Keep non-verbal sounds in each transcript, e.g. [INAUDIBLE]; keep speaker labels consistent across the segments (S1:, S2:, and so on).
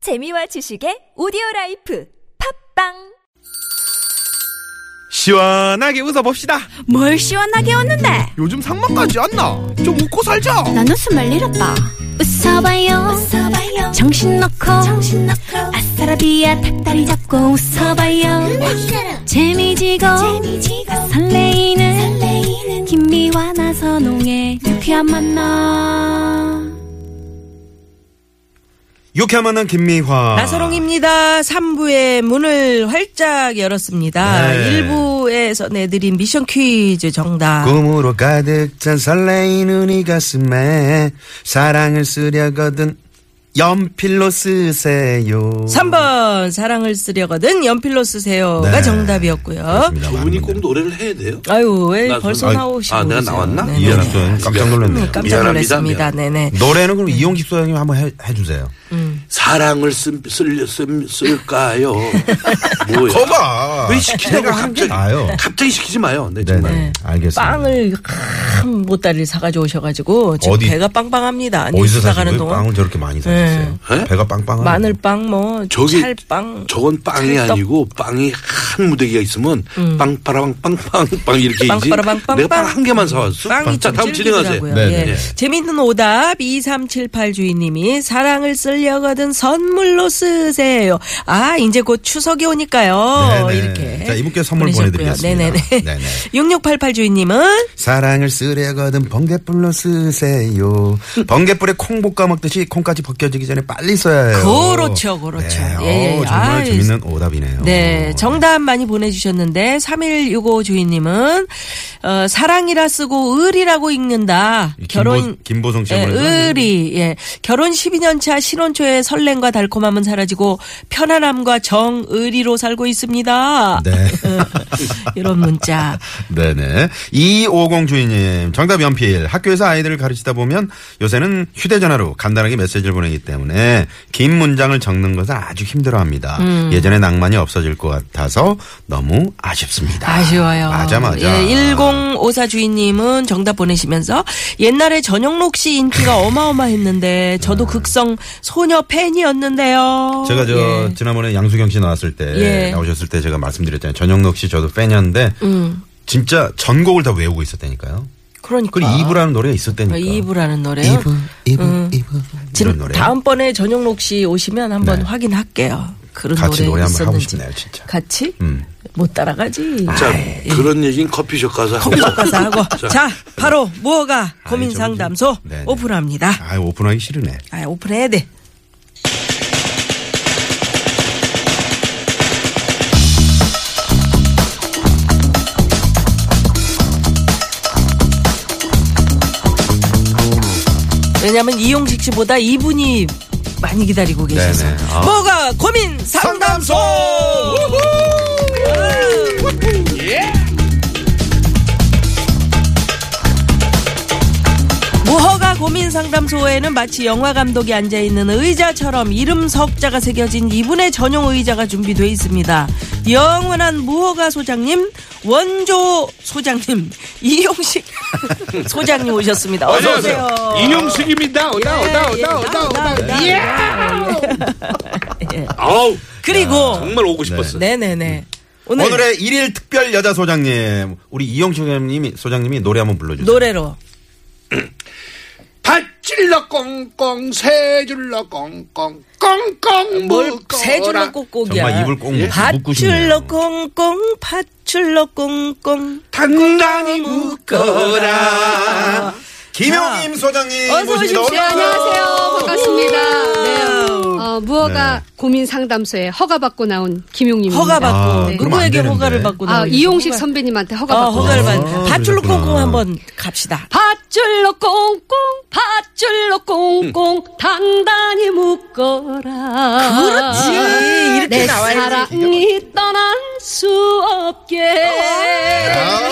S1: 재미와 지식의 오디오 라이프 팝빵
S2: 시원하게 웃어봅시다.
S3: 뭘 시원하게 웃는데
S2: 요즘 상만까지 안 나. 좀 웃고 살자.
S3: 난 웃음을 잃었다 웃어봐요, 정신 놓고 아싸라비아 닭다리 잡고 웃어봐요 재미지고, 설레이는, 김미와 나서 농에 유쾌한 만나
S2: 유쾌한 만남 김미화.
S4: 나서롱입니다. 3부의 문을 활짝 열었습니다.
S2: 네.
S4: 1부에서 내드린 미션 퀴즈 정답.
S2: 꿈으로 가득 찬 설레이는 이 가슴에 사랑을 쓰려거든 연필로 쓰세요.
S4: 3번 사랑을 쓰려거든 연필로 쓰세요가
S2: 네.
S4: 정답이었고요.
S2: 그렇습니다. 많은
S5: 분이
S2: 분들.
S5: 꼭 노래를 해야 돼요?
S4: 아유 왜
S5: 나
S4: 벌써
S5: 선-
S4: 나오시고
S5: 아, 내가
S4: 그러세요?
S5: 나왔나?
S4: 네네.
S2: 이해는 좀 깜짝 놀랐네요.
S4: 깜짝
S5: 미안합니다,
S4: 놀랐습니다.
S5: 미안.
S4: 네네.
S2: 노래는 그럼 이용식 소장님 한번 해, 해주세요.
S5: 사랑을 쓸, 쓸, 쓸, 쓸까요? 뭐야?
S2: 거봐.
S5: 왜 시키냐고
S2: 내가 한게
S5: 갑자기.
S2: 나요.
S5: 갑자기 시키지 마요. 네, 정말.
S2: 네네. 알겠습니다.
S4: 빵을 큰 보따리를 사가지고 오셔가지고 지금
S2: 어디-
S4: 배가 빵빵합니다.
S2: 어디서
S4: 뉴스 나가는
S2: 사시는 거예요?
S4: 동안
S2: 빵을 저렇게 많이 사셨어요?
S5: 네.
S2: 배가 빵빵한.
S4: 마늘빵 뭐
S5: 저기
S4: 찰빵
S5: 저건 빵이
S4: 찰떡. 음.
S5: 아니고 빵이 한 무더기가 있으면 빵빠라빵 빵빵빵 이렇게 해야지.
S4: 빵빠라빵빵빵.
S5: 내가 빵 한 개만 사왔어.
S4: 빵이
S5: 자,
S4: 좀
S5: 다음 진행하세요.
S4: 질기더라고요.
S2: 네,
S4: 예.
S2: 네.
S4: 재미있는 오답 2378 주인님이 사랑을 쓰려거든 선물로 쓰세요. 아 이제 곧 추석이 오니까요.
S2: 네네.
S4: 이렇게.
S2: 자, 이분께 선물
S4: 보내셨고요.
S2: 보내드리겠습니다.
S4: 네네네. [LAUGHS]
S2: 네네.
S4: 6688 주인님은
S2: 사랑을 쓰려거든 번개불로 쓰세요. 번개불에 콩 볶아 먹듯이 콩까지 벗겨지기 전에 빨리 써야 해요.
S4: 그렇죠, 그렇죠.
S2: 네,
S4: 예, 예.
S2: 어, 정말
S4: 아이,
S2: 재밌는 오답이네요.
S4: 네, 정답 많이 보내주셨는데 3165 주인님은 어, 사랑이라 쓰고 을이라고 읽는다.
S2: 김보-
S4: 결혼
S2: 김보성 씨가
S4: 예,
S2: 보내주셨는데.
S4: 을이 예. 결혼 12년 차 신혼초의 설렘과 달콤함은 사라지고 편안함과 정의리로 살고 있습니다.
S2: 네.
S4: 이런 문자.
S2: 네네. 250 주인님, 정답 연필. 학교에서 아이들을 가르치다 보면 요새는 휴대전화로 간단하게 메시지를 보내기 때문에 긴 문장을 적는 것은 아주 힘들어 합니다.
S4: 음.
S2: 예전의 낭만이 없어질 것 같아서 너무 아쉽습니다.
S4: 아쉬워요.
S2: 맞아, 맞아.
S4: 예, 1054 주인님은 정답 보내시면서 옛날에 전영록 씨
S2: [LAUGHS]
S4: 인기가 어마어마했는데 저도 극성 소녀 팬이었는데요.
S2: 음. 제가 저
S4: 예.
S2: 지난번에 양수경 씨 나왔을 때
S4: 예.
S2: 나오셨을 때 제가 말씀드렸잖아요. 전영록 씨 저도 팬이었는데
S4: 음.
S2: 진짜 전곡을 다 외우고 있었다니까요.
S4: 그러니까
S2: 그리고 이브라는 노래가 있었다니까.
S4: 아, 이브라는 노래요. 음.
S2: 이브 이브 이브 이런
S4: 지금
S2: 노래.
S4: 다음번에 전영록 씨 오시면 한번
S2: 네.
S4: 확인할게요. 그런
S2: 같이 노래
S4: 노래
S2: 한번 하고
S4: 있었는지.
S2: 싶네요, 진짜.
S4: 같이?
S2: 음. 아.
S4: 못 따라가지.
S5: 자, 그런 얘기는 커피숍 가서
S4: 아,
S5: 하고.
S4: 예. 가서
S2: [LAUGHS]
S4: 하고. 자, 바로 무허가
S2: 아,
S4: 고민
S2: 저기-
S4: 상담소
S2: 네네.
S4: 오픈합니다.
S2: 아 오픈하기 싫으네.
S4: 아, 오픈해야 돼. 왜냐면 이용식 씨보다 이분이 많이 기다리고 계셔서.
S2: 네네. 아.
S4: 뭐가 고민 상담소! 예! 무허가 고민 상담소에는 마치 영화 감독이 앉아 있는 의자처럼 이름 석자가 새겨진 이분의 전용 의자가 준비되어 있습니다. 영원한 무허가 소장님, 원조 소장님, [LAUGHS] 이용식 소장님 오셨습니다. 어서 오세요.
S6: 이용식입니다. 오다 오다
S4: 예,
S6: 오다 오다 오다. 예.
S4: 오다.
S5: 아우,
S4: 그리고
S5: 정말 오고
S2: 네.
S5: 싶었어.
S4: 네네네. 오늘,
S2: 오늘의 일일 특별 여자 소장님 우리 이영식 소장님이 소장님이 노래 한번 불러주세요.
S4: 노래로
S6: 밧줄로 꽁꽁 세 줄로 꽁꽁 꽁꽁 묶어라.
S4: 뭘세 줄로 꼭꼭이야.
S2: 정말 입을 꽁 묶고 싶네요.
S4: 밧줄로 꽁꽁 밧줄로 꽁꽁
S6: 단단히 묶어라.
S2: 김영임 소장님
S4: 어서
S2: 모십니다.
S4: 오십시오.
S2: 어서 오세요.
S7: 네, 안녕하세요. 반갑습니다. 네. 어, 무허가 고민 상담소에 허가받고 나온 김용입니다.
S2: 아,
S4: 허가받고
S2: 네. 그러면 안
S4: 누구에게
S2: 되는데.
S4: 허가를 받고
S7: 아,
S4: 나오는
S7: 이용식
S4: 허가-
S7: 선배님한테
S4: 어,
S7: 허가받고.
S4: 허가를
S2: 아,
S4: 받. 밧줄로
S2: 그러셨구나.
S4: 꽁꽁 한번 갑시다.
S7: 밧줄로 꽁꽁, 밧줄로 꽁꽁, 단단히 묶어라.
S5: 아.
S4: 그렇지. 예, 이렇게
S5: 네.
S7: 내
S4: 나와야지.
S7: 사랑이 떠날
S3: 어?
S7: 수 없게.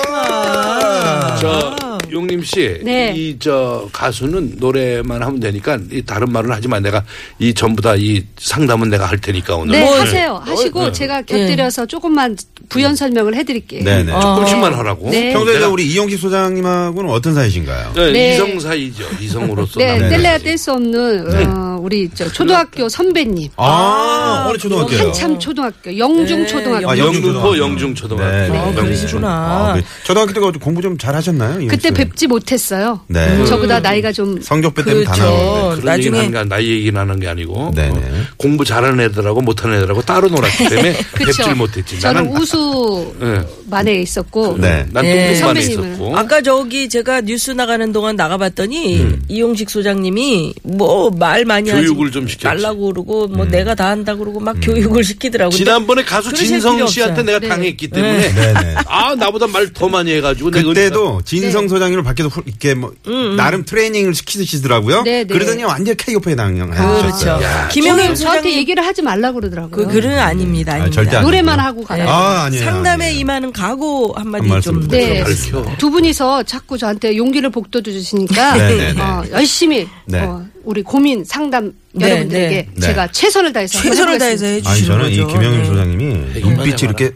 S5: 어. 저, 김 씨,
S7: 아. 네.
S5: 이 저 가수는 노래만 하면 되니까 이 다른 말은 하지 마. 내가 이 전부 다 이 상담은 내가 할 테니까 오늘.
S7: 네, 하세요. 하시고 제가 곁들여서 조금만 부연 설명을 해드릴게요.
S2: 네네.
S5: 조금씩만 하라고.
S7: 어. 네.
S2: 평소에
S5: 내가-
S2: 저 우리 이용식 소장님하고는 어떤 사이신가요?
S5: 네,
S7: 네.
S5: 이성 사이죠. 이성으로서.
S7: 네,
S5: 남녀
S7: 뗄래야
S5: 사이.
S7: 뗄 수 없는 어, 우리 저 초등학교 선배님.
S2: 아, 어느 초등학교요?
S7: 한참 초등학교, 영중 초등학교.
S2: 아, 영중
S5: 영등포
S2: 초등학교.
S5: 영중 초등학교.
S2: 네, 네.
S4: 아, 그러시구나.
S2: 아, 그 초등학교 때가 공부 좀 잘하셨나요?
S5: 예,
S2: 이용식
S7: 그때
S5: 그렇죠.
S2: 소장님?
S7: 뵙지 못했어요.
S2: 네. 음.
S7: 저보다 나이가 좀
S2: 성적표 때문에 네. 다
S4: 그렇죠.
S2: 나오는데.
S5: 그런
S4: 나중에-
S5: 얘기는 하는 게 아니- 나이 얘기는 하는 게 아니고
S2: 네네.
S5: 어, 공부 잘하는 애들하고 못하는 애들하고 따로 놀았기 때문에
S7: [LAUGHS] 그쵸.
S5: 뵙질 못했지.
S7: 저는
S5: 나는
S7: 우수
S5: 네.
S7: 만에 있었고
S2: 네.
S5: 난
S4: 네.
S5: 뚱뚱반에
S7: 선배님은.
S5: 있었고.
S4: 아까 저기 제가 뉴스 나가는 동안 나가봤더니
S2: 음.
S4: 이용식 소장님이 뭐 말 많이
S5: 교육을
S4: 하지
S5: 좀 시켰지.
S4: 말라고 그러고
S2: 음.
S4: 뭐 내가 다 한다 그러고 막 교육을 시키더라고요. 근데
S5: 지난번에 가수
S4: 그러실
S5: 진성
S4: 필요 네.
S5: 씨한테
S4: 없어요.
S5: 내가 당했기 때문에
S2: 네네.
S5: 아 나보다 말 더 많이 해가지고 내가
S2: 그때도 진성 소장님을 밖에서 훌- 이렇게 뭐 나름 트레이닝을 시키시더라고요.
S7: 네, 네.
S2: 그러더니 완전 케이오프에 당황하셨어요.
S4: 그렇죠.
S2: 야,
S4: 김영일
S7: 저한테
S4: 소장님
S7: 얘기를 어. 하지 말라 그러더라고요.
S4: 그 글은 아닙니다. 아닙니다.
S2: 절대 안-
S7: 노래만
S5: 네.
S7: 하고 가요.
S2: 아, 아니에요.
S4: 예. 상담에
S2: 아니에요.
S4: 임하는 각오 한마디
S2: 한 말씀
S4: 좀.
S7: 네.
S5: 밝혀.
S7: 두 분이서 자꾸 저한테 용기를 북돋워 주시니까
S2: 네, 네, 네.
S7: 어, 열심히
S2: 네.
S7: 어, 우리 고민 상담
S4: 네,
S7: 여러분들에게
S2: 네.
S7: 제가 최선을 다해서 한번
S4: 최선을
S7: 해보겠습니다.
S4: 다해서 해주시는
S2: 아니 저는
S4: 거죠.
S2: 이 김영일
S4: 네.
S2: 소장님이
S5: 얼마나
S2: 눈빛이 이렇게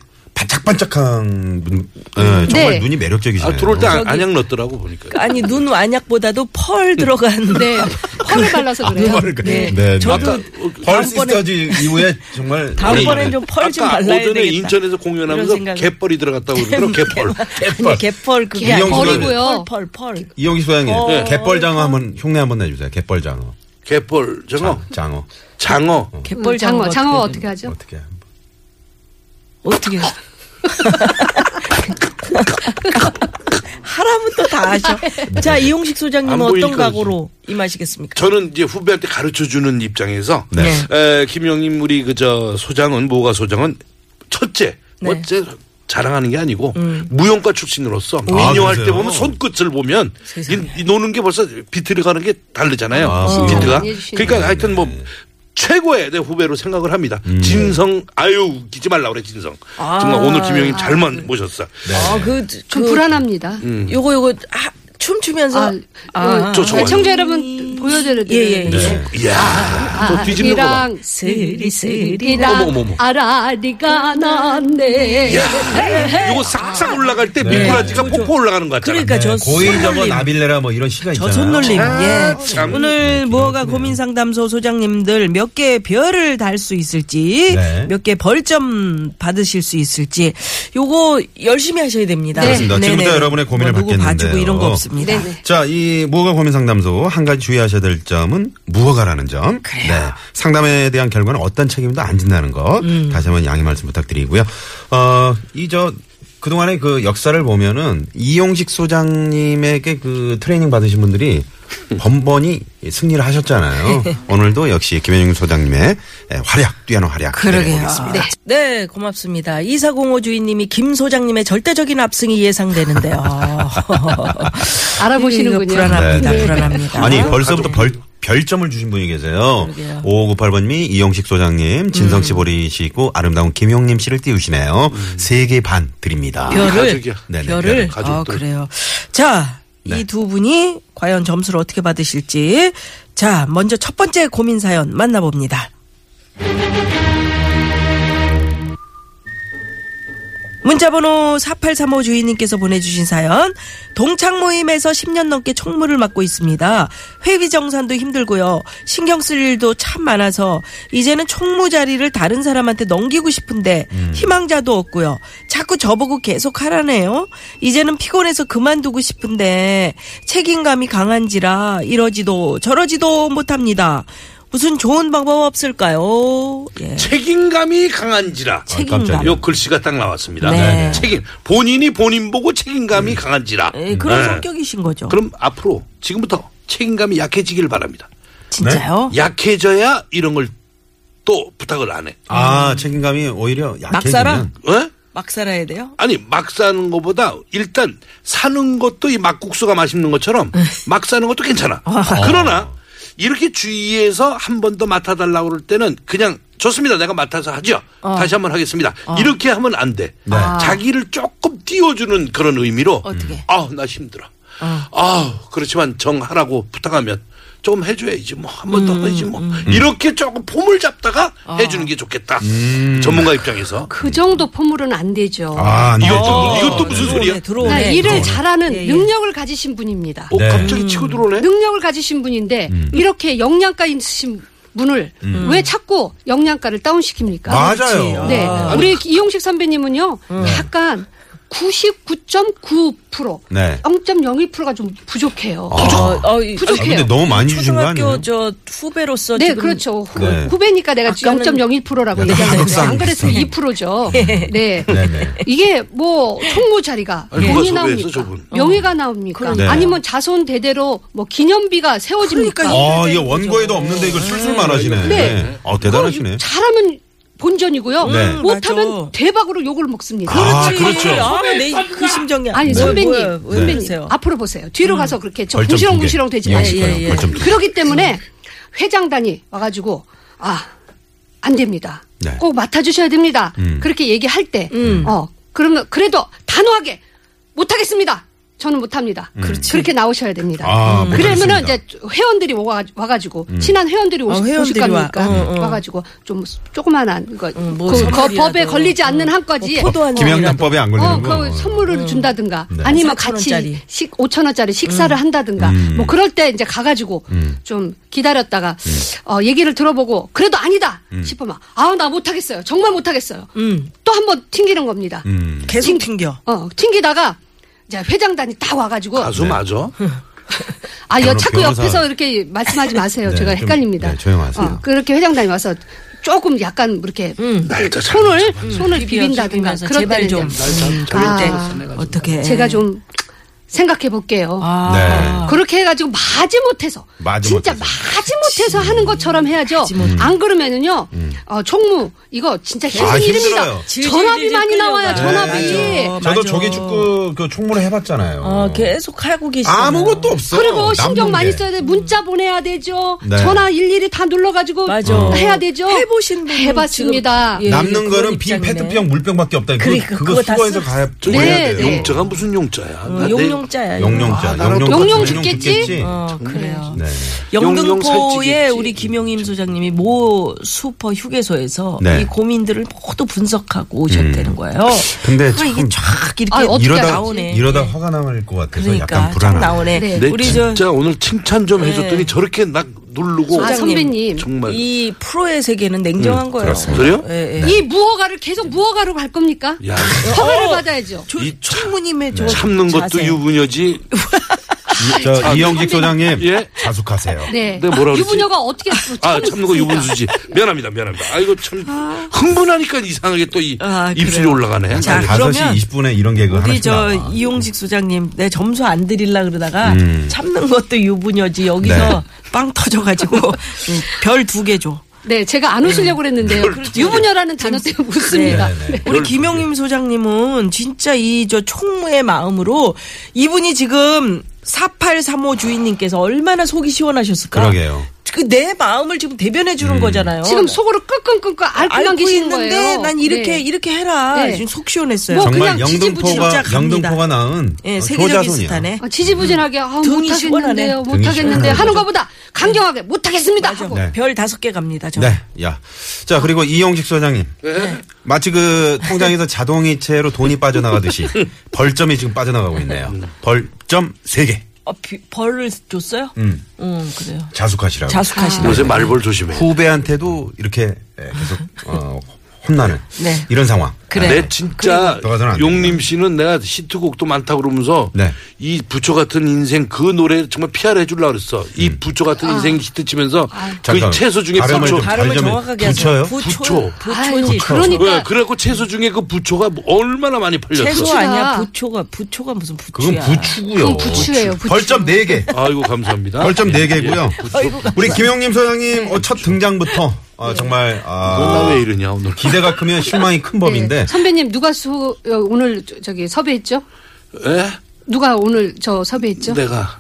S2: 반짝반짝한 분, 예, 정말
S7: 네.
S2: 눈이 매력적이시네요.
S5: 아, 들어올 때 안- 안약 넣더라고 보니까.
S4: 아니 눈 완약보다도 펄 들어간.
S7: [LAUGHS] 네. 펄을
S5: 아,
S7: 발라서 그래요.
S2: 펄을
S4: 네.
S2: 네.
S4: 저도
S2: 벌
S4: 다음번에
S2: 시스터즈 이후에 정말
S4: [LAUGHS]
S2: 네.
S4: 다음번엔 좀 펄 좀
S5: 아까
S4: 발라야 되겠다.
S5: 오전에 인천에서
S4: 이런
S5: 공연하면서
S4: 생각을.
S5: 개뻘이 들어갔다고
S4: [LAUGHS]
S5: 그러더라고 개뻘.
S4: 아니, 개펄 그게
S2: 이영식
S4: 아니고
S7: 소장님.
S4: 펄, 펄, 펄.
S2: 이용기 소장님 네,
S4: 어.
S2: 갯벌장어 한번 흉내 한번 내주세요. 갯벌장어
S5: 개뻘 장어.
S2: 장어
S5: 장어.
S4: 개펄
S7: 음,
S4: 장어.
S7: 장어, 장어 어떻게
S5: 음.
S7: 하죠?
S2: 어떻게 한번.
S4: 어떻게. [LAUGHS] 하라면 또 다 아셔. 자,
S2: 네.
S4: 이용식
S5: 안
S4: 소장님은
S5: 보이니까
S4: 어떤 각오로 임하시겠습니까?
S5: 저는 이제 후배한테 가르쳐 주는 입장에서
S2: 네.
S5: 에, 김영림 우리 그저 소장은 모가 소장은 첫째
S4: 네.
S5: 어째 자랑하는 게 아니고 무용과 출신으로서 민요할 때
S2: 그러세요?
S5: 보면 손끝을 보면 이, 이 노는 게 벌써 비틀어 가는 게 다르잖아요. 어.
S2: 아,
S5: 비트가.
S7: 많이 해주시네요.
S5: 그러니까 하여튼 뭐 최고의 내 후배로 생각을 합니다. 진성 아유 웃기지 말라 그래 진성. 정말 오늘 김영림 잘만 모셨어.
S4: 아, 그,
S7: 좀
S4: 그-
S7: 불안합니다. 음.
S2: 음.
S4: 요거, 요거, 아, 춤추면서.
S7: 아,
S4: 아,
S5: 저- 좋아요.
S7: 청자 여러분 보여드려요.
S4: 예, 예, 예.
S2: 네.
S5: 이야 또 뒤집는 거 봐.
S7: 아, 아리랑
S5: 어머,
S7: 스리스리랑
S5: 어머, 어머.
S7: 아라리가 났네.
S5: 이거 싹싹 올라갈 때 미꾸라지가 폭포 올라가는 것 같잖아.
S4: 그러니까
S2: 네,
S4: 저
S2: 고인 저거
S4: 손놀림.
S2: 나빌레라 뭐 이런 시가
S4: 저
S2: 있잖아요.
S4: 손놀림. 예.
S5: 참.
S2: 네.
S4: 오늘 무허가 고민상담소 소장님들 몇 개 별을 달 수 있을지,
S2: 네.
S4: 몇 개 벌점 받으실 수 있을지, 요거 열심히 하셔야 됩니다.
S7: 네.
S2: 그렇습니다. 지금부터
S4: 네네.
S2: 여러분의 고민을
S4: 뭐 누구
S2: 받겠는데요.
S4: 봐주고 이런 거 없습니다.
S7: 네네.
S2: 자, 이 무허가 고민 상담소 한 가지 주의하셔야 될 점은 무허가라는 점. 네. 상담에 대한 결과는 어떤 책임도 안 진다는 것.
S4: 음.
S2: 다시 한번 양해 말씀 부탁드리고요. 어, 이 저 그동안의 그 역사를 보면은 이용식 소장님에게 그 트레이닝 받으신 분들이 번번이 승리를
S4: [LAUGHS]
S2: 하셨잖아요. 오늘도 역시 김현중 소장님의 활약, 뛰어난 활약.
S4: 그러게요.
S2: 기대해보겠습니다.
S4: 네. 네, 고맙습니다. 2405 주인님이 김 소장님의 절대적인 압승이
S7: [LAUGHS]
S4: 예상되는데요.
S7: 알아보시는군요.
S4: 이거 예, 불안합니다.
S2: 네, 네.
S4: 불안합니다.
S2: 아니 벌써부터 벌, 별점을 주신 분이 계세요.
S4: 그러게요. 음.
S2: 5598번님이 이영식 소장님, 진성 씨 버리시고 아름다운 김용림 씨를 띄우시네요. 세 개 반 드립니다.
S5: 아,
S4: 별을
S5: 가족이야.
S2: 네네,
S4: 별을
S2: 별을,
S4: 아
S5: 가족들. 네.
S4: 그래요. 자, 이 두 분이 과연 점수를 어떻게 받으실지 자, 먼저 첫 번째 고민 사연 만나 봅니다. 문자번호 4835 주인님께서 보내주신 사연. 동창 모임에서 10년 넘게 총무를 맡고 있습니다. 회비 정산도 힘들고요. 신경 쓸 일도 참 많아서 이제는 총무 자리를 다른 사람한테 넘기고 싶은데
S5: 음.
S4: 희망자도 없고요. 자꾸 저보고 계속 하라네요. 이제는 피곤해서 그만두고 싶은데 책임감이 강한지라 이러지도 저러지도 못합니다. 무슨 좋은 방법 없을까요? 예.
S5: 책임감이 강한지라.
S4: 책임감.
S5: 요 글씨가 딱 나왔습니다.
S4: 아, 네.
S5: 책임 본인이 본인 보고 책임감이 강한지라.
S4: 예, 그런
S5: 네.
S4: 성격이신 거죠.
S5: 그럼 앞으로 지금부터 책임감이 약해지길 바랍니다.
S4: 진짜요?
S5: 네. 약해져야 이런 걸 또 부탁을 안 해.
S2: 아 책임감이 오히려
S4: 음. 막사랑?
S2: 약해지면
S5: 어?
S4: 막 살아야 돼요?
S5: 아니 막 사는 것보다 일단 사는 것도 이 막국수가 맛있는 것처럼
S4: 네.
S5: 막 사는 것도 괜찮아. 그러나 이렇게 주위에서 한 번 더 맡아달라고 그럴 때는 그냥 좋습니다. 내가 맡아서 하죠.
S4: 어.
S5: 다시 한 번 하겠습니다. 이렇게 하면 안 돼. 자기를 조금 띄워주는 그런 의미로
S4: 아.
S5: 음.
S4: 어떻게?
S5: 아나 힘들어. 아 그렇지만 정하라고 부탁하면 조금 해줘야지 뭐 한 번 더
S4: 음,
S5: 해야지 뭐 이렇게 조금 폼을 잡다가
S4: 어.
S5: 해주는 게 좋겠다 전문가 입장에서
S7: 그 정도 포물은 안 되죠.
S2: 아, 안 되죠.
S5: 이것도 이것도 무슨
S4: 들어오네,
S5: 소리야?
S4: 들어오네.
S7: 그러니까 일을 잘하는
S4: 예.
S7: 능력을 가지신 분입니다.
S5: 어 갑자기 치고 들어오네.
S7: 능력을 가지신 분인데 이렇게 역량가 있으신 분을 왜 자꾸 역량가를 다운시킵니까?
S2: 맞아요.
S7: 네. 우리 이용식 선배님은요, 약간 99.9%
S2: 네.
S7: 0.01%가 좀 부족해요.
S4: 어, 어, 이-
S2: 아, 근데
S7: 부족해요.
S2: 너무 많이 주신 거 아니에요?
S4: 초등학교 저 후배로서
S7: 네,
S4: 지금
S7: 그렇죠. 후,
S2: 네.
S7: 배니까 내가 0.01%라고
S2: 약간
S7: 얘기하는 거예요.
S2: 비슷한
S7: 안 그래서
S2: 비슷한.
S7: [LAUGHS] 2%죠. 네.
S4: [LAUGHS]
S2: 네네.
S7: 이게 뭐 총무 자리가
S5: 아니,
S7: 돈이
S5: 누가 섭외했어,
S7: 나옵니까?
S5: 저분?
S7: 명예가 나옵니까?
S2: 그러니까.
S7: 아니면 자손 대대로 뭐 기념비가 세워집니까?
S4: 그러니까요.
S2: 아, 이게 원고에도 없는데 이걸 술술 말하시네.
S7: 네.
S2: 어, 대단하시네.
S7: 잘하면 본전이고요.
S2: 네.
S7: 못하면
S4: 맞아.
S7: 대박으로 욕을 먹습니다.
S2: 아, 그렇죠.
S4: 아, 내그 심정이야.
S7: 아니 선배님,
S4: 뭐야, 왜
S7: 선배님
S4: 그러세요? 음.
S7: 앞으로 보세요. 뒤로 가서 그렇게 저
S2: 벌점 두 개.
S7: 궁시렁궁시렁 되지
S2: 예,
S7: 마시고요.
S2: 예, 예. 벌점 두 개.
S7: 그렇기 때문에 회장단이 와가지고 아 안 됩니다.
S2: 네.
S7: 꼭 맡아주셔야 됩니다.
S2: 음.
S7: 그렇게 얘기할 때,
S4: 음.
S7: 어 그러면 그래도 단호하게 못하겠습니다. 저는 못합니다. 그렇지. 그렇게 나오셔야 됩니다.
S2: 음.
S7: 음.
S2: 아,
S7: 그러면은
S2: 못하겠습니다. 음.
S7: 이제 회원들이 와가, 지고 친한 회원들이 오실,
S4: 아, 회원들이
S7: 오실
S4: 와.
S7: 겁니까?
S4: 어, 어.
S7: 와가지고 좀 조그만한 이거
S4: 뭐
S7: 그,
S4: 선물이라도. 어.
S7: 그 법에 걸리지 않는 한까지
S4: 뭐 포도 한 잔이라도.
S2: 김영란법에 안 걸리는
S7: 어,
S2: 뭐 거.
S7: 그 선물을 준다든가
S2: 네. 음.
S7: 아니면
S4: 음. 4,000원 짜리.
S7: 같이 식 5천 원짜리 식사를 한다든가 뭐 그럴 때 이제 가가지고 좀 기다렸다가
S2: 음.
S7: 어, 얘기를 들어보고 그래도 아니다 싶으면 아나 못하겠어요 정말 못하겠어요
S4: 음.
S7: 또 한 번 튕기는 겁니다.
S2: 음.
S4: 계속 튕겨.
S7: 어 튕기다가 이제 회장단이 딱 와가지고
S5: 가수 맞아? 네.
S7: 아, 여,
S2: 변호-
S7: 자꾸
S2: 변호사.
S7: 옆에서 이렇게 말씀하지
S2: [LAUGHS]
S7: 마세요.
S2: 네,
S7: 제가
S2: 좀,
S7: 헷갈립니다. 어,
S2: 네, 조용하세요.
S7: 그렇게 회장단이 와서 조금 약간 이렇게
S5: 날짜 잘
S7: 손을
S2: 음.
S7: 손을 비빈다든가
S4: 음. 비비면서
S7: 그럴
S4: 제발
S7: 때는
S4: 좀
S7: 이제
S4: 그럴 때
S7: 아.
S4: 어떻게
S7: 제가 좀 생각해 볼게요.
S4: 아,
S2: 네.
S7: 그렇게 해가지고 마지 못해서
S2: 마지
S7: 진짜
S2: 못해서.
S7: 마지 못해서 하는 것처럼 해야죠. 안 그러면은요 어, 총무 이거 진짜 힘든
S2: 음. 아,
S7: 일입니다.
S2: 힘들어요.
S7: 전압이 많이 나와요.
S4: 네,
S7: 전압이
S4: 맞아.
S2: 저도
S4: 맞아.
S2: 조기 축구 그 총무를 해봤잖아요.
S4: 어, 계속 하고 계시
S2: 아무것도 없어.
S7: 그리고 신경
S2: 남는
S7: 많이
S2: 게.
S7: 써야 돼. 문자 보내야 되죠.
S2: 네.
S7: 전화 일일이 다 눌러가지고
S4: 맞아.
S7: 해야 되죠.
S4: 해보신 분은
S7: 해봤습니다.
S4: 지금- 예,
S2: 어. 남는
S4: 그런
S2: 거는 빈
S4: 입장이네.
S2: 페트병, 물병밖에 없다. 그거,
S4: 그러니까
S2: 그거
S4: 그거 다
S2: 수거해서
S4: 쓰-
S2: 가야
S5: 저기
S7: 네,
S5: 용-
S7: 네.
S5: 용자가 무슨 용자야? 나
S4: 어, 용용자야.
S5: 내-
S2: 아, 네. 용용자,
S5: 아, 나라도
S2: 용용
S7: 용용 죽겠지?
S4: 어, 그래요.
S2: 네.
S5: 용용
S4: 영등포의
S5: 살찌겠지.
S4: 우리 김용임 소장님이 모 슈퍼 휴게소에서
S2: 네.
S4: 이 고민들을 모두 분석하고 오셨다는 거예요.
S2: 근데
S4: 그러니까 이게
S2: 참
S4: 쫙 이렇게
S7: 아, 어떻게
S2: 이러다
S4: 나오네.
S2: 이러다
S4: 예.
S2: 화가 남을 것 같아서
S4: 그러니까
S2: 약간
S4: 쫙
S2: 불안하네.
S4: 나오네.
S7: 네.
S5: 내
S4: 우리 네.
S5: 진짜 오늘 칭찬 좀 해줬더니 저렇게 막 누르고
S7: 아, 선배님.
S5: 정말
S4: 저이 프로의 세계는 냉정한 거예요.
S2: 음, 그렇습니다. 네.
S5: 그래요?
S4: 예, 예.
S7: 이 무허가를 계속 무허가로 갈 겁니까?
S5: 야
S7: 허가를 받아야죠.
S4: 조- 총무님의
S2: 네.
S4: 저
S5: 참는 것도
S4: 자세.
S5: 유부녀지.
S2: 이- 저 이영직 소장님
S5: 예?
S2: 자숙하세요.
S7: 네.
S5: 내가 뭐라 그랬지?
S7: 유부녀가 어떻게 참을
S5: 아
S7: 수
S5: 참는 거
S7: 있습니까?
S5: 유분수지. 미안합니다, 미안합니다. 아이고 참 흥분하니까 이상하게 또 이
S4: 아,
S5: 입술이
S4: 그래요.
S5: 올라가네. 아,
S4: 자,
S2: 다섯 시
S4: 그러면
S2: 20분에 이런 개그
S4: 우리
S2: 하나씩
S4: 저
S2: 나와.
S4: 이용식 소장님 내 점수 안 드릴라 그러다가 참는 것도 유부녀지 여기서
S2: 음. 네. [LAUGHS]
S4: 빵 터져가지고 별 두 개 줘.
S7: 네, 제가 안 웃으려고 그랬는데요.
S4: 음. 그렇죠.
S7: 유부녀라는 단어 때문에 웃습니다.
S2: 네네.
S4: 우리 김용임 소장님은 진짜 이 저 총무의 마음으로 이분이 지금 4835 주인님께서 얼마나 속이 시원하셨을까?
S2: 그러게요.
S4: 그 내 마음을 지금 대변해 주는 거잖아요.
S7: 지금 속으로 끙끙끙끙 앓고
S4: 알고
S7: 남기시는
S4: 어, 네. 있는데
S7: 거예요.
S4: 난 이렇게
S7: 네.
S4: 이렇게 해라.
S7: 네.
S4: 지금 속 시원했어요.
S7: 뭐
S2: 정말
S7: 그냥 지지부진하게
S2: 영등포가
S4: 갑니다.
S2: 영등포가 낳은
S4: 예,
S2: 어,
S4: 세계적인
S2: 효자손이야.
S4: 스타네.
S7: 아, 지지부진하게 아,
S4: 등이 시원하네. 네.
S7: 못하겠는데요,
S2: 등이
S7: 못하겠는데
S2: 시원하네.
S7: 하는 것보다 강경하게 못하겠습니다 하고
S2: 네.
S4: 뭐 별 다섯 개 갑니다. 저.
S2: 네, 야, 자 그리고 이영식 소장님
S5: 네.
S4: 네.
S2: 마치 그 통장에서 자동이체로 돈이 빠져나가듯이 벌점이 지금 빠져나가고 있네요. 벌점 3개
S4: 어, 비- 벌을 줬어요? 음. 그래요.
S2: 자숙하시라고.
S4: 자숙하시네.
S5: 요새 말벌 조심해.
S2: 후배한테도 이렇게 예, 계속 어, 혼나는
S4: 네.
S2: 이런 상황.
S4: 그래.
S5: 아, 내 진짜
S2: 더 가서는 안
S5: 용림
S2: 된다.
S5: 씨는 내가 히트곡도 많다 그러면서
S2: 네.
S5: 이 부처 같은 인생 그 노래 정말 PR 해주려고 그랬어. 이 부처
S4: 아.
S5: 같은 인생 히트 치면서 그
S2: 음. 잠깐만.
S5: 채소 중에
S2: 발음을
S5: 부처.
S2: 좀 잘-
S4: 발음을
S2: 발점이
S4: 정확하게
S2: 부처요?
S4: 하세요. 부초.
S5: 부초.
S4: 부초지.
S7: 아유, 그러니까
S5: 왜? 네, 그래갖고 채소 중에 그 부초가 얼마나 많이 팔렸어.
S4: 채소
S7: 부추다.
S4: 아니야. 부초가 부초가 무슨 부초야.
S2: 그건 부추고요.
S7: 그건 부추예요, 부추.
S2: 벌점 4개.
S5: 아이고 감사합니다.
S2: 벌점 네
S5: 예,
S2: 개고요.
S5: 예, 부처.
S2: 우리 김영림 소장님 어, 첫 등장부터 어, 정말
S5: 너나
S2: 아,
S5: 왜 이러냐 오늘.
S2: 기대가 크면 실망이 큰 법인데
S7: 네. 선배님 누가 수 어, 오늘 저- 저기 섭외했죠?
S5: 예?
S7: 누가 오늘 저 섭외했죠?
S5: 내가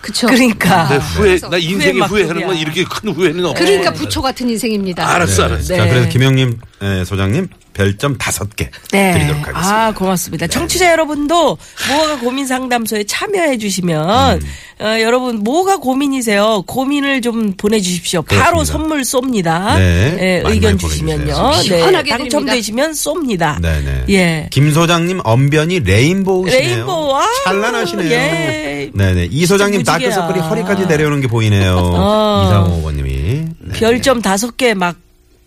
S7: 그쵸?
S4: 네. [LAUGHS]
S2: 아,
S4: 그러니까.
S2: 네.
S5: 내 후회 나 인생에
S4: 후회
S5: 후회하는 건
S4: 막속이야. 그러니까 네.
S5: 이렇게 큰 후회는 없어.
S7: 그러니까 부처 같은 인생입니다.
S5: 알았어
S2: 네.
S5: 알았어.
S2: 자, 그래서 김영림 에, 예, 소장님 별점 다섯 개 드리도록 하겠습니다. 네.
S4: 아, 고맙습니다. 청취자 여러분도 모아가 고민 상담소에 참여해 주시면
S2: 음.
S4: 어, 여러분 뭐가 고민이세요? 고민을 좀 보내 주십시오. 바로
S2: 그렇습니다.
S4: 선물 쏩니다.
S2: 네,
S4: 예,
S2: 많이
S4: 의견
S2: 많이
S4: 주시면요.
S2: 보내주세요.
S7: 시원하게
S4: 당첨되시면 쏩니다.
S2: 네네.
S4: 예.
S2: 김 소장님 언변이 레인보우시네요.
S4: 레인보우, 아유,
S2: 찬란하시네요.
S4: 예.
S2: 네네. 이 소장님
S4: 무지개야.
S2: 다크 서클이 허리까지 내려오는 게 보이네요.
S4: 어.
S2: 이상호 의원님이 네.
S4: 별점 다섯 개막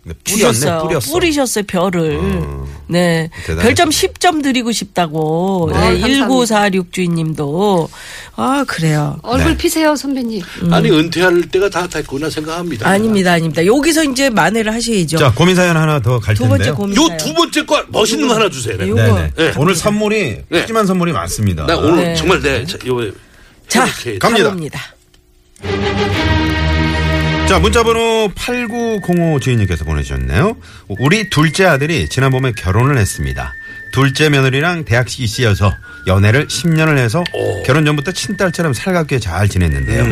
S2: 네, 뿌렸네.
S4: 주셨어요.
S2: 뿌렸어.
S4: 뿌리셨어요, 별을.
S2: 어.
S4: 네.
S2: 대단하시다.
S4: 별점 10점 드리고 싶다고.
S7: 아,
S4: 네.
S7: 감사합니다.
S4: 1946 주인님도. 아, 그래요.
S7: 얼굴 피세요, 선배님.
S5: 아니 은퇴할 때가 다 됐구나 생각합니다.
S4: 네. 아닙니다, 아닙니다. 여기서 이제 만회를 하시죠.
S2: 자 고민 사연 하나 더 갈
S4: 두
S2: 텐데요.
S4: 번째 고민.
S5: 요 두 번째 거 멋있는 거 하나 주세요. 내가.
S4: 요-
S2: 네네.
S5: 네.
S2: 오늘 선물이
S5: 네.
S2: 푸짐한 선물이 많습니다.
S5: 나 오늘
S4: 네.
S5: 정말 내 자, 요번에
S4: 자,
S5: 이렇게
S2: 갑니다.
S4: 갑니다.
S2: 자, 문자번호 8905 주인님께서 보내주셨네요. 우리 둘째 아들이 지난 봄에 결혼을 했습니다. 둘째 며느리랑 대학식이 씌여서 연애를 10년을 해서 결혼 전부터 친딸처럼 살갑게 잘 지냈는데요.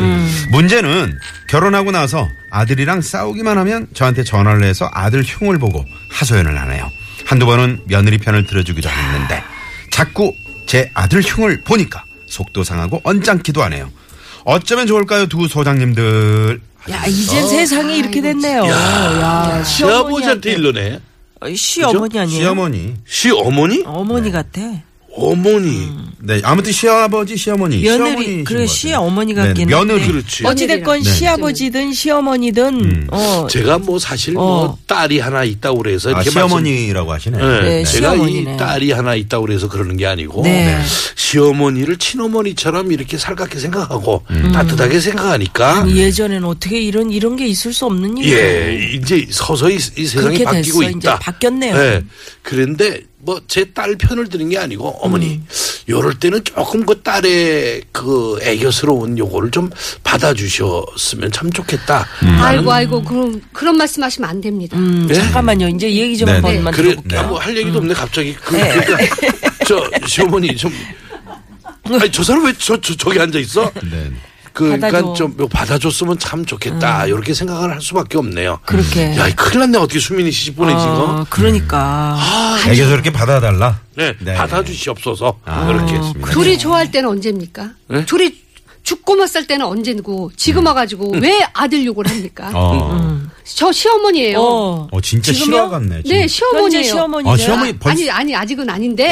S2: 문제는 결혼하고 나서 아들이랑 싸우기만 하면 저한테 전화를 해서 아들 흉을 보고 하소연을 하네요. 한두 번은 며느리 편을 들어주기도 했는데 자꾸 제 아들 흉을 보니까 속도 상하고 언짢기도 하네요. 어쩌면 좋을까요, 두 소장님들?
S4: 야, 이젠 세상이 이렇게 됐네요. 아, 야,
S5: 시아버지한테 일러네.
S4: 어, 시어머니 아니에요? 네.
S2: 시어머니.
S5: 시어머니?
S4: 어머니 같아.
S5: 어머니.
S4: 음.
S2: 네, 아무튼 시아버지, 시어머니.
S4: 며느리,
S2: 시어머니이신 것
S4: 그래,
S2: 같아요.
S4: 시어머니
S2: 네,
S4: 같긴
S2: 며느리.
S4: 한데.
S5: 그렇지.
S4: 어찌됐건
S2: 네.
S4: 시아버지든 시어머니든, 어,
S5: 제가 뭐 사실 뭐
S4: 어.
S5: 딸이 하나 있다고 그래서
S2: 아,
S5: 이렇게 말씀-
S2: 시어머니라고 하시네.
S5: 네,
S4: 네,
S5: 제가
S4: 시어머니네.
S5: 이 딸이 하나 있다고 그래서 그러는 게 아니고
S4: 네.
S5: 시어머니를 친어머니처럼 이렇게 살갑게 생각하고
S2: 음.
S5: 따뜻하게
S4: 음.
S5: 생각하니까
S4: 예전엔 어떻게 이런, 이런 게 있을 수 없는 일이에요.
S5: 예, 이제 서서히 이 세상이
S4: 그렇게
S5: 바뀌고
S4: 됐어.
S5: 있다.
S4: 이제 바뀌었네요.
S5: 예. 그런데 뭐 제 딸 편을 드는 게 아니고 어머니
S4: 음.
S5: 요럴 때는 조금 그 딸의 그 애교스러운 요거를 좀 받아주셨으면 참 좋겠다.
S7: 아이고, 아이고, 그럼, 그런 말씀 하시면 안 됩니다.
S4: 음,
S5: 네?
S4: 잠깐만요. 이제 얘기 좀
S2: 네,
S4: 한
S2: 네.
S4: 번만
S5: 그래,
S4: 들어볼게요.
S5: 아, 뭐할
S4: 음.
S5: 얘기도 없네 갑자기. 그, 그러니까
S4: [LAUGHS]
S5: 저 시어머니 좀. 아니 저 사람 왜 저 저, 저기 앉아 있어?
S2: 네.
S5: 그, 그러니까
S4: 받아줘. 음.
S5: 좀뭐 받아줬으면 참 좋겠다. 이렇게 생각을 할 수밖에 없네요.
S4: 그렇게.
S5: 야, 큰일 났네. 어떻게 수민이 시집보내 아, 지금.
S4: 아, 그러니까.
S2: 애교 저렇게 받아달라.
S5: 네,
S2: 네.
S5: 받아주시옵소서.
S2: 아,
S5: 그렇게 했습니다.
S7: 둘이 좋아할 때는 언제입니까?
S5: 네?
S7: 둘이 죽고 못 살 때는 언제고, 지금 와가지고 왜 아들 욕을 합니까?
S2: 어,
S7: 저 시어머니예요.
S4: 어.
S2: 어, 진짜
S4: 지금요?
S2: 실화 같네. 지금.
S7: 네,
S4: 현재
S7: 시어머니예요.
S4: 시어머니가
S2: 아, 시어머니 벌써-
S7: 아니, 아니, 아직은 아닌데,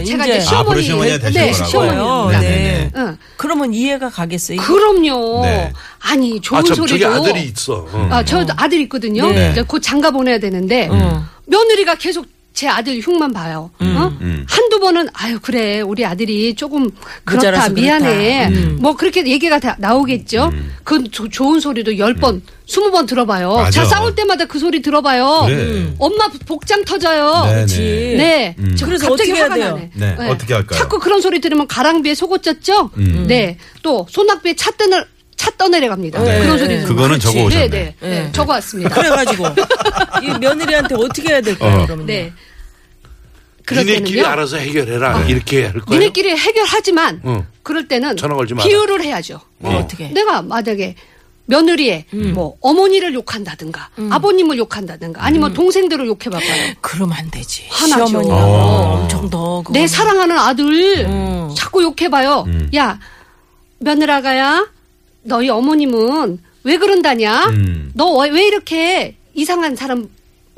S4: 네,
S7: 제가
S4: 이제.
S7: 이제
S2: 아, 앞으로
S7: 시어머니.
S2: 시어머니가 되신
S7: 네,
S2: 거라고.
S7: 시어머니예요.
S2: 네,
S4: 거예요.
S2: 네, 네.
S7: 응.
S4: 그러면 이해가 가겠어요. 이거?
S7: 그럼요.
S2: 네.
S7: 아니, 좋은
S5: 아, 참, 저기
S7: 소리도.
S5: 아들이 있어. 어.
S7: 아, 저 아들 있거든요.
S2: 네.
S7: 이제 곧 장가 보내야 되는데
S4: 네. 음.
S7: 며느리가 계속 제 아들 흉만 봐요.
S2: 음,
S7: 어? 한두 번은 아유 그래 우리 아들이 조금 그렇다
S4: 모자라서
S7: 미안해.
S4: 음.
S7: 뭐 그렇게 얘기가 다
S2: 음,
S7: 나오겠죠. 그 조- 좋은 소리도 열 번, 스무 번 들어봐요.
S2: 맞아.
S7: 자 싸울 때마다 그 소리 들어봐요. 음. 어,
S2: 그래.
S7: 엄마 복장 터져요.
S2: 네,
S4: 그렇지.
S2: 네.
S7: 네. 저
S4: 그래서
S7: 갑자기
S4: 어떻게 해야
S7: 화가
S4: 돼요?
S7: 나네.
S2: 네, 어떻게 할까요? 음.
S7: 자꾸 그런 소리 들으면 가랑비에 속옷 쪘죠? 네. 또 소낙비에 차 떠내, 차 떠내려갑니다.
S2: 네.
S7: 그런 소리 들으면.
S2: 그거는 적어 오셨네.
S7: 네, 네. 네.
S4: 네.
S7: 적어
S4: [LAUGHS]
S7: 왔습니다.
S4: 그래가지고 이 며느리한테 어떻게 해야 될까요?
S2: 어.
S4: 그러면
S7: 네. 그럴
S5: 니네끼리
S7: 때는요.
S5: 알아서 해결해라. 이렇게 할 거예요.
S7: 니네끼리 해결하지만
S5: 응.
S7: 그럴 때는
S5: 전화 걸지 마라.
S7: 비유를 해야죠.
S4: 어떻게?
S7: 내가 만약에 며느리의 뭐 어머니를 욕한다든가 아버님을 욕한다든가
S5: 음.
S7: 아니면 동생들을 욕해봐봐요.
S4: 그럼 안 되지.
S7: 화나죠.
S4: 시어머니가
S2: 어.
S4: 엄청 더 그거는.
S7: 내 사랑하는 아들
S4: 음.
S7: 자꾸 욕해봐요.
S2: 음.
S7: 야 며느라가야 너희 어머님은 왜 그런다냐?
S2: 음.
S7: 너 왜 이렇게 이상한 사람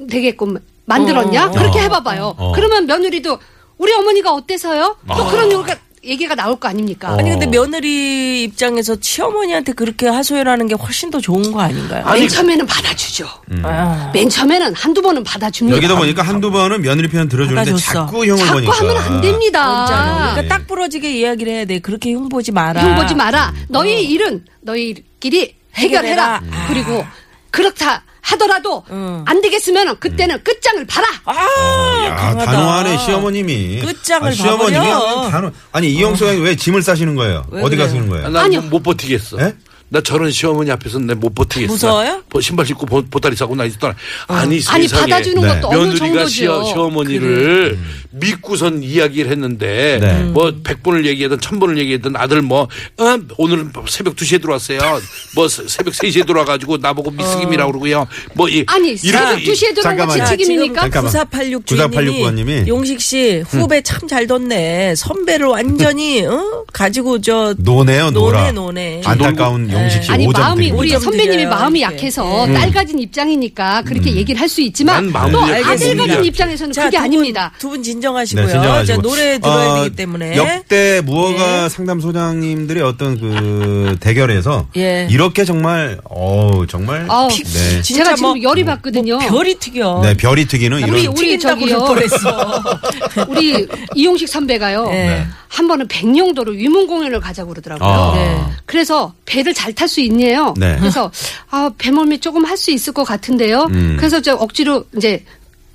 S7: 되게끔 만들었냐?
S4: 어.
S7: 그렇게
S2: 어.
S7: 해봐봐요.
S2: 어. 아.
S7: 그러면 며느리도 우리 어머니가 어때서요? 또 그런 욕- 얘기가 나올 거
S2: 어.
S7: 아닙니까?
S4: 아니 근데 며느리 입장에서 시어머니한테 그렇게 하소연하는 게 훨씬 더 좋은 거 아닌가요?
S7: 맨 처음에는 받아주죠.
S4: 아.
S7: 맨 처음에는 한두 번은 받아줍니다.
S2: 여기다 보니까 한두 번은 며느리 편 들어주는데
S4: 받아줬어.
S2: 자꾸 형을
S7: 자꾸
S2: 보니까.
S7: 하면 안 됩니다.
S2: 네.
S4: 그러니까 딱 부러지게 이야기를 해야 돼. 그렇게 흉보지 마라.
S7: 흉 보지 마라. 너희 일은 너희끼리 해결해라.
S4: 어. 해결해라. 아.
S7: 그리고 그렇다 하더라도
S4: 음.
S7: 안 되겠으면 그때는 끝장을 봐라.
S4: 아,
S2: 어, 야,
S4: 강하다.
S2: 단호하네, 시어머님이.
S4: 끝장을
S2: 아, 시어머님이
S4: 봐버려.
S2: 단호. 아니, 이영수 형이 왜 짐을 싸시는 거예요?
S4: 왜
S2: 어디
S4: 그래요?
S2: 가시는 거예요?
S5: 난
S7: 아니요.
S5: 못 버티겠어.
S2: 예?
S5: 나 저런 시어머니 앞에서 내 못 버티겠어.
S4: 무서워요?
S5: 보- 신발 신고 보, 보따리 싸고 나 있었다. 아니 세상에
S7: 어. 아니, 받아주는
S2: 네.
S7: 것도 어느
S5: 며느리가 시어,
S7: 정도죠.
S5: 시어머니를 믿고선 이야기를 했는데
S2: 네.
S5: 뭐 100번을 얘기하든 1000번을 얘기하든 아들 뭐 어, 오늘은 새벽 2시에 들어왔어요. 뭐 세- 새벽 3시에 들어와가지고 나보고 미스김이라고 그러고요. 뭐이
S7: 아니, 새벽 2시에 들어온 거
S4: 아,
S2: 잠깐만요.
S7: 제 책임입니까?
S2: 잠깐만.
S4: 9486
S2: 9486 구원님이. 음.
S4: 주인님이 용식 씨 후배 참 잘 뒀네. 선배를 완전히 어? 가지고 저
S2: 노네요, 노라. 아,
S4: 노네, 노네.
S2: 안타까운 용식 씨
S7: 아니
S2: 5점
S7: 마음이 우리
S4: 드립니다. 오점
S7: 선배님이
S4: 드려요,
S7: 마음이
S4: 이렇게.
S7: 약해서 딸 가진 입장이니까 그렇게 얘기를 할 수
S5: 난
S7: 있지만
S5: 마음이
S7: 또
S5: 약해서
S7: 아들 가진
S5: 그냥.
S7: 입장에서는
S4: 자,
S7: 그게
S4: 두 분,
S7: 아닙니다.
S4: 두 분 진정하시고요. 자,
S2: 진정하시고.
S4: 노래 들어야
S2: 어,
S4: 되기 때문에.
S2: 네, 역대 무허가 상담소장님들의 어떤 그 대결에서
S4: 예.
S2: 이렇게 정말 어우 정말
S7: 아,
S2: 네.
S4: 진짜
S7: 제가 지금 어.
S4: 뭐-
S7: 열이 받거든요.
S4: 별이 튀겨.
S2: 네, 별이 튀기는
S4: 아,
S2: 이런
S7: 우리
S4: 우리 저기
S7: 저기요. [LAUGHS]
S4: 뻔했어.
S7: 우리 이용식 선배가요.
S4: 네.
S7: 한 번은 백령도로 위문 공연을 가자고 그러더라고요.
S2: 아.
S4: 네.
S7: 그래서 배를 잘 탈 수 있네요.
S2: 네.
S7: 그래서 아, 배멀미 조금 할 수 있을 것 같은데요.
S2: 음.
S7: 그래서 저 억지로 이제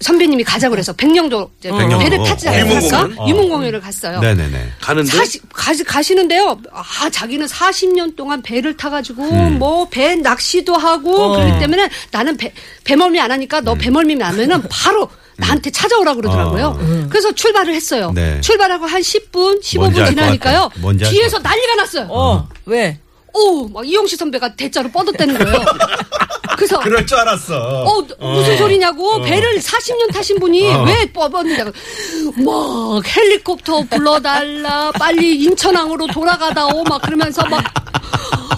S7: 선배님이 가자 그래서 백령도 이제
S2: 백령도.
S7: 배를 타지
S2: 어.
S7: 않았어?
S5: 위문
S2: 공연?
S7: 위문 공연을 갔어요.
S2: 네네네.
S5: 가는데
S7: 사시, 가시, 가시는데요. 아, 자기는 40년 동안 배를 타가지고,
S2: 음.
S7: 뭐, 배 낚시도 하고,
S2: 어.
S7: 그렇기 때문에 나는 배, 배멀미 안 하니까
S2: 음.
S7: 너 배멀미 나면은 바로 나한테 찾아오라 그러더라고요. 그래서 출발을 했어요.
S2: 음. 네.
S7: 출발하고 한 10분,
S2: 뭔지 알
S7: 15분
S2: 것
S7: 지나니까요.
S2: 같아. 뭔지 알것
S7: 뒤에서 난리가 났어요.
S4: 어, 왜?
S7: 오, 막 이용식 선배가 대자로 뻗었다는 거예요.
S2: [LAUGHS]
S4: 아.
S7: 그래서
S2: 그럴 줄 알았어. 어.
S7: 어, 무슨 소리냐고 배를 40년 타신 분이 왜 뽑았느냐고 막 헬리콥터 불러달라 빨리 인천항으로 돌아가다오 막 그러면서 막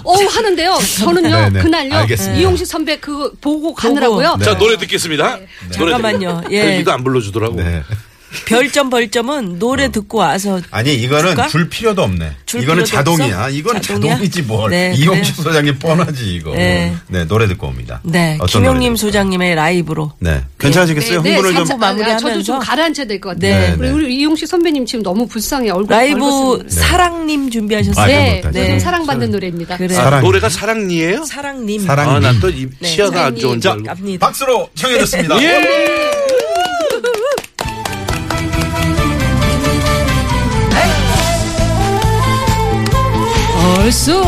S7: 어, 하는데요. 저는요,
S2: 네네.
S7: 그날요,
S2: 알겠습니다. 네.
S7: 이용식 선배 그 보고 가느라고요.
S5: 자 노래 듣겠습니다. 노래
S4: 네. 잠깐만요.
S5: 듣-
S4: 예.
S5: 별기도 안 불러주더라고.
S2: 네.
S4: 별점 벌점은 노래 듣고 와서
S2: 어. 아니 이거는
S4: 줄까?
S2: 줄 필요도 없네.
S4: 줄
S2: 이거는
S4: 필요도
S2: 자동이야.
S4: 없어?
S2: 이건
S4: 자동이야?
S2: 자동이지 뭘.
S4: 네,
S2: 이용식
S4: 그래요.
S2: 소장님 뻔하지 이거.
S4: 네.
S2: 네, 노래 듣고 옵니다.
S4: 네,
S2: 어떤
S4: 김용림
S2: 노래 들을까요?
S4: 소장님의 라이브로
S2: 네 괜찮으시겠어요? 홍보를 좀.
S4: 살짝 마무리하면서.
S7: 저도 좀 가라앉혀야 될 것 같아요.
S4: 네.
S7: 우리,
S2: 네.
S7: 우리 이용식 선배님 지금 너무 불쌍해. 어, 얼굴
S4: 라이브
S7: 벌겋습니다.
S4: 사랑님 준비하셨어요.
S2: 아,
S7: 네,
S2: 그건
S7: 요즘
S4: 네.
S7: 사랑받는 노래입니다.
S4: 그래.
S2: 사랑.
S5: 아, 노래가 사랑니예요?
S4: 사랑님.
S2: 사랑-
S5: 아, 난 또
S4: 네,
S5: 시야가 안 좋은 줄
S4: 자,
S5: 알고.
S4: 갑니다.
S2: 박수로
S5: 예.
S2: 청해줬습니다.
S7: 얼쑤!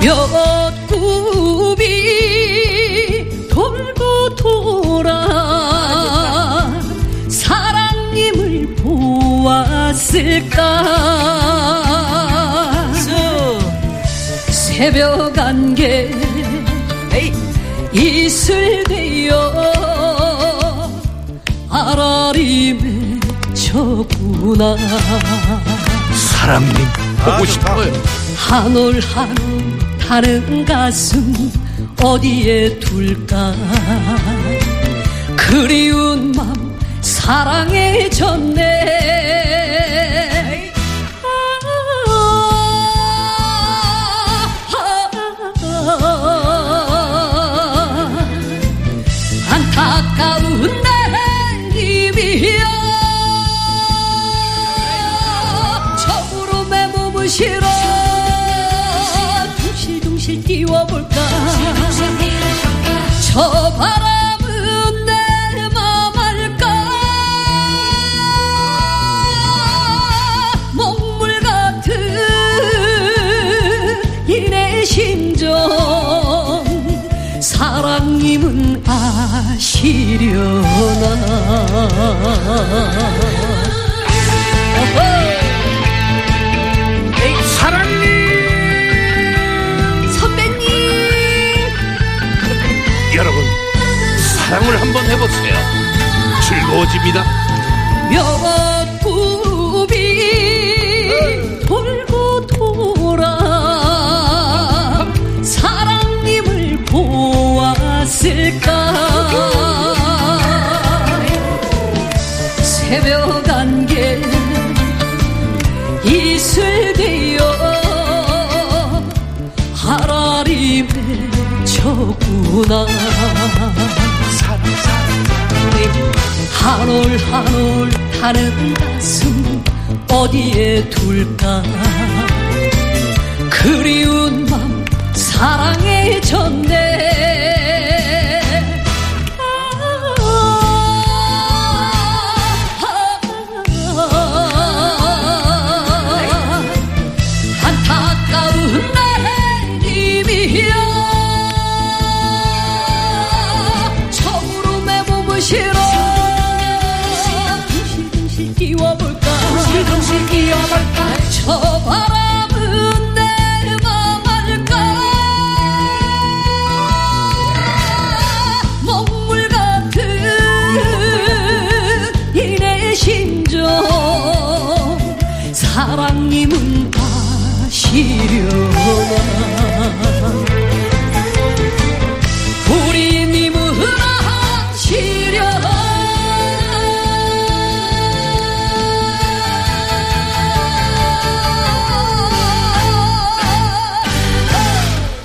S7: 몇 굽이 돌고 돌아 사랑님을 보았을까 새벽 안개 이슬 되어 아라리 맺혔구나
S5: 사랑님
S2: 아,
S5: 보고 싶어요.
S7: 한올 한올 다른 가슴 어디에 둘까 그리운 맘 사랑해졌네 아, 아, 아. 안타까운 내 입이여 적으로 내 몸을 실어 둥실둥실 띄워볼까 저 바람은 내맘 알까 먹물 같은 이내 심정 사랑님은 아시려나 선배님
S5: 여러분 사랑을 한번 해보세요. 즐거워집니다.
S7: 여곱굽이 돌고 돌아 사랑님을 보았을까 새벽 안개 이슬 되어 하라리 맺혔구나 한올 한올 타는 가슴 어디에 둘까
S4: 그리운 밤 사랑에 졌네 아, 안타까운 나님이여 처음으로 내 몸을 실어 금실금실 끼워볼까 금실금실 끼워볼까 저 바람은 내맘 알까 먹물 같은 이내 심정 사랑님은 가시려나 우리님은 하시려나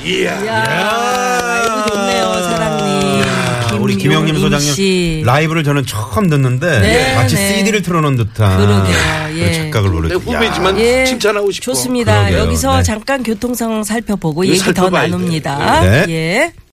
S5: 이야.
S8: 야, 이거 아, 좋네요, 사랑님.
S2: 아, 우리 김영림
S8: 김용임
S2: 소장님
S8: 씨.
S2: 라이브를 저는 처음 듣는데
S8: 네,
S2: 마치
S8: 네.
S2: CD를 틀어놓은 듯한
S8: 그러게요,
S2: 그런
S8: 예.
S2: 착각을
S5: 내
S2: 노렸죠.
S5: 후배지만
S8: 예.
S5: 칭찬하고 싶어.
S8: 좋습니다.
S2: 그러게요.
S8: 여기서
S2: 네.
S8: 잠깐 교통 상황 살펴보고 얘기 더
S5: 살펴봐야 돼요.
S8: 나눕니다.
S2: 네.
S8: 예.